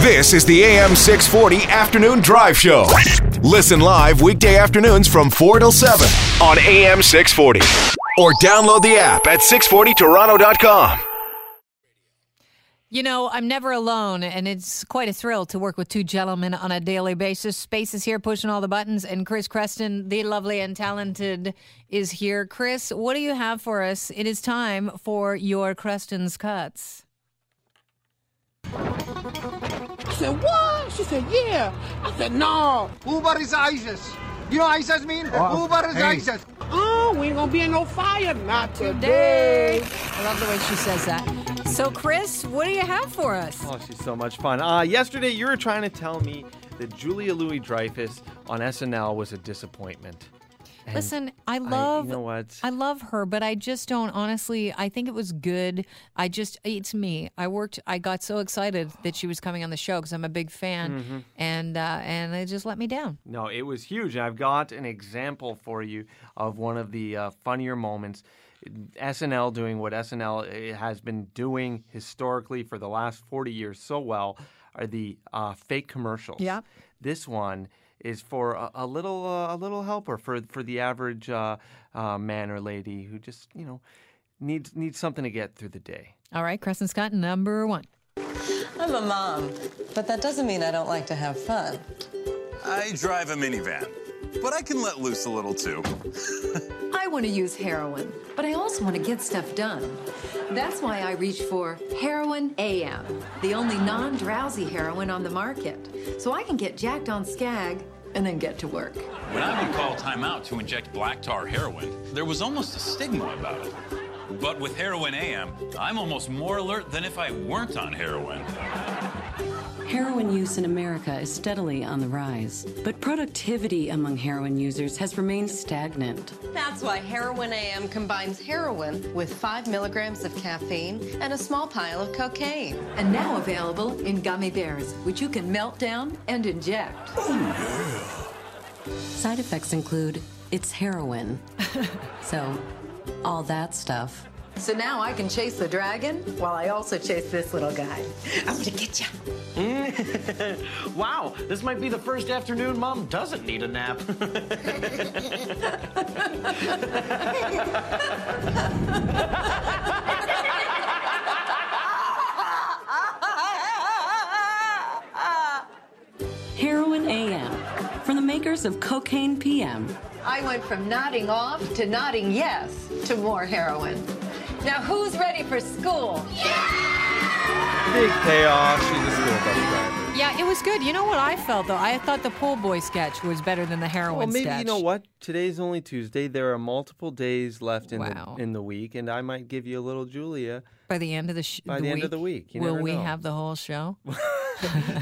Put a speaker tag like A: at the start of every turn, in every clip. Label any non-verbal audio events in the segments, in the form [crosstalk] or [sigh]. A: This is the AM 640 Afternoon Drive Show. Listen live weekday afternoons from 4 till 7 on AM 640. Or download the app at 640toronto.com.
B: You know, I'm never alone, and it's quite a thrill to work with two gentlemen on a daily basis. Space is here pushing all the buttons, and Chris Creston, the lovely and talented, is here. Chris, what do you have for us? It is time for your Creston's Cuts.
C: I said, what? She said, yeah. I said, no.
D: Uber is ISIS. You know what ISIS mean? Uber is ISIS.
C: Oh, we ain't gonna be in no fire. Not today.
B: I love the way she says that. So, Chris, what do you have for us?
E: Oh, she's so much fun. Uh, yesterday, you were trying to tell me that Julia Louis Dreyfus on SNL was a disappointment. And
B: Listen, I love
E: you know what?
B: I love her, but I just don't honestly I think it was good. I just it's me. I worked I got so excited that she was coming on the show cuz I'm a big fan
E: Mm-hmm.
B: and uh, and it just let me down.
E: No, it was huge. And I've got an example for you of one of the uh, funnier moments. SNL doing what SNL eh, has been doing historically for the last 40 years so well are the uh, fake commercials.
B: Yeah.
E: This one is for a, a little uh, a little helper for for the average uh, uh, man or lady who just, you know, needs needs something to get through the day.
B: All right, Crescent Scott number 1.
F: I'm a mom, but that doesn't mean I don't like to have fun.
G: I drive a minivan, but I can let loose a little too.
H: I want to use heroin, but I also want to get stuff done. That's why I reach for Heroin AM, the only non drowsy heroin on the market. So I can get jacked on skag and then get to work.
I: When I would call timeout to inject black tar heroin, there was almost a stigma about it. But with Heroin AM, I'm almost more alert than if I weren't on heroin.
H: Heroin use in America is steadily on the rise, but productivity among heroin users has remained stagnant.
F: That's why Heroin AM combines heroin with five milligrams of caffeine and a small pile of cocaine.
H: And now available in gummy bears, which
F: [laughs]
H: you can melt down and inject. Side effects include it's heroin. so, all that stuff. So now I can chase the dragon while I also chase this little guy. I'm gonna get ya.
J: Wow, this might be the first afternoon mom doesn't need a nap.
H: Heroin AM from the makers of Cocaine PM.
F: I went from nodding off to nodding yes to more heroin. Now, who's ready for school?
E: Big payoff. She's a school bus driver.
B: Yeah, it was good. You know what I felt though? I thought the pool boy sketch was better than the heroin
E: Well, maybe
B: sketch.
E: you know what? Today's only Tuesday. There are multiple days left in
B: Wow.
E: the in the week, and I might give you a little
B: [laughs]
E: Julia.
B: By the end of the sh-
E: By the end of the week, you
B: will
E: never
B: we
E: know.
B: have the whole show?
E: [laughs]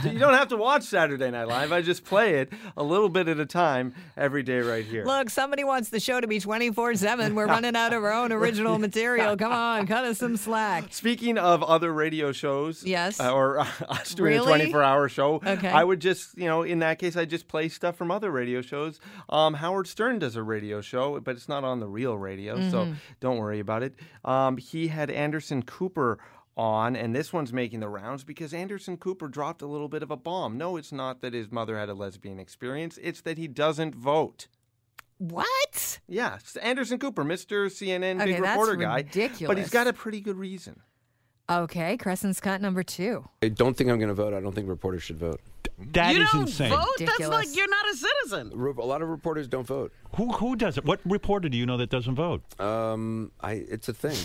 E: you don't have to watch Saturday Night Live. I just play it a little bit at a time every day right here.
B: Look, somebody wants the show to be 24 7.
E: [laughs]
B: We're running out of our own original material. Come on, cut us some slack.
E: Speaking of other radio shows,
B: Yes.
E: uh, or [laughs] us doing
B: Really?
E: a twenty-four hour show,
B: Okay.
E: I would just, you know, in that case, I just play stuff from other radio shows. Um, Howard Stern does a radio show, but it's not on the real radio,
B: Mm-hmm.
E: so don't worry about it. Um, he had Anderson Cooper on, and this one's making the rounds because Anderson Cooper dropped a little bit of a bomb. No, it's not that his mother had a lesbian experience; it's that he doesn't vote.
B: What?
E: Yeah, it's Anderson Cooper, Mr. CNN
B: Okay,
E: big
B: that's
E: reporter guy, but
B: ridiculous.
E: he's got a pretty good reason.
B: Okay, Crescent Scott number two.
K: I don't think I'm going to vote. I don't think reporters should vote.
J: That is
C: you don't
J: insane.
C: vote? That's
B: Ridiculous.
C: like you're not a citizen.
K: Re- A lot of reporters don't vote.
J: Who who does it? What reporter do you know that doesn't vote?
K: Um, I it's a thing.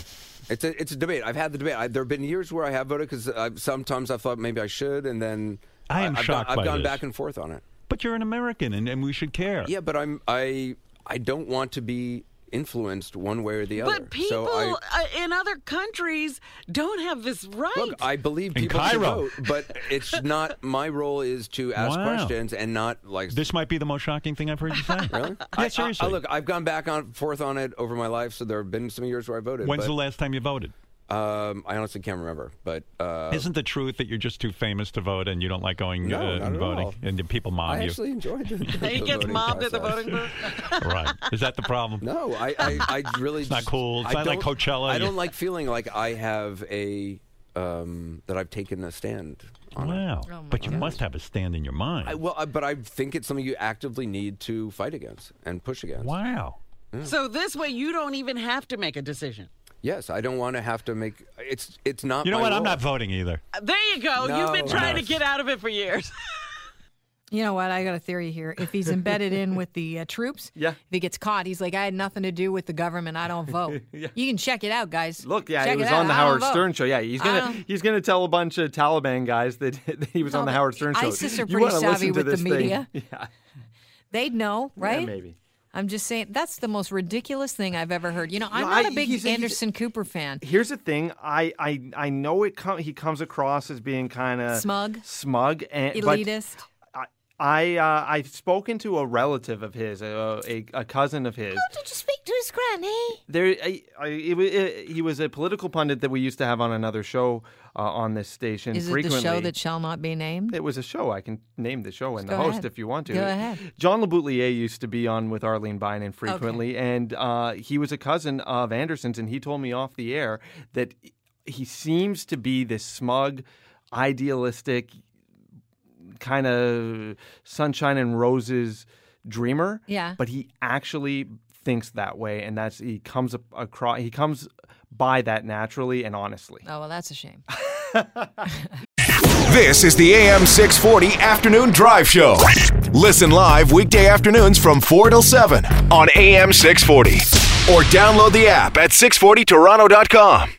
K: It's a it's a debate. I've had the debate. I, there have been years where I have voted because sometimes I thought maybe I should, and then
J: I am
K: I've,
J: shocked
K: I've
J: by
K: gone
J: this.
K: back and forth on it.
J: But you're an American, and, and we should care.
K: Yeah, but I'm I I don't want to be influenced one way or the other.
C: But people
K: so I,
C: uh, in other countries don't have this right.
K: Look, I believe
J: In
K: people should
J: Cairo.
K: vote, but it's not my role is to ask
J: Wow.
K: questions and not like
J: This might be the most shocking thing I've heard you say.
K: [laughs] Really?
J: Yeah,
K: I- I-
J: seriously.
K: I, look, I've gone back on forth on it over my life, so there have been some years where I voted.
J: When's
K: but,
J: the last time you voted?
K: Um, I honestly can't remember, but uh,
J: Isn't the truth that you're just too famous to vote and you don't like going
K: No,
J: uh,
K: not
J: and
K: at
J: voting
K: all.
J: and the people mob
K: I
J: you?
K: actually enjoyed the, the
C: he gets
K: voting
C: mobbed at the
K: process.
C: voting booth.
J: right. Is that the
K: [laughs]
J: problem?
K: No, I, I,
C: [laughs]
K: I really. It's
J: not cool. It's not like Coachella.
K: I
J: You-
K: don't like feeling like I have a um, that I've taken a stand on it.
L: Wow.
K: Oh, my
L: but you
K: gosh.
L: must have a stand in your mind.
K: I, well, I, but I think it's something you actively need to fight against and push against.
L: Wow.
K: [laughs]
M: So this way, you don't even have to make a decision.
K: Yes, I don't want to have to make it's. It's not.
L: You know
K: my
L: what? I'm
K: role.
L: not voting either.
M: Uh, There you go. You've been
K: No.
M: trying
K: Nice.
M: to get out of it for years.
B: You know what? I got a theory here. If he's embedded in with the uh, troops,
E: [laughs] Yeah.
B: if he gets caught, he's like, I had nothing to do with the government. I don't vote.
E: [laughs] Yeah.
B: You can check it out, guys.
E: Look, yeah,
B: check
E: he was
B: out.
E: on the
B: I don't
E: Howard
B: vote. Um,
E: Stern show. Yeah, he's
B: I
E: gonna
B: don't-
E: he's gonna tell a bunch of Taliban guys that, [laughs] that he was on the
B: but
E: Howard Stern show.
B: ISIS are
E: You
B: pretty
E: wanna listen
B: savvy
E: to
B: with the
E: this thing.
B: media.
E: Yeah,
B: They'd know, right?
E: maybe.
B: I'm just saying that's the most ridiculous thing I've ever heard. You know, I'm
E: No,
B: not a
E: I-
B: big
E: he's a- he's a-
B: Anderson Cooper fan.
E: Here's the thing. I I, I know it. Com- he comes across as being kind of
B: Smug?
E: smug, and but
B: Elitist.
E: I I, uh, I've spoken to a relative of his, a, a, a cousin of his.
B: Did you speak to his granny?
E: There, I, I, it, wa- it, he was a political pundit that we used to have on another show uh, on this station.
B: Is it
E: frequently.
B: the show that shall not be named?
E: It was a show. I can name the show and
B: Go
E: the host
B: ahead.
E: if you want to.
B: Go ahead.
E: John Laboutelier used to be on with Arlene Bynon frequently, and uh, he was a cousin of Anderson's, and he told me off the air that he seems to be this smug, idealistic, kind of sunshine and roses dreamer.
B: Yeah.
E: But he actually thinks that way, and that's he comes up across. He comes by that naturally and honestly.
B: Oh well, that's a shame.
A: This is the AM 640 Afternoon Drive Show. Listen live weekday afternoons from 4 till 7 on AM 640. Or download the app at 640toronto.com.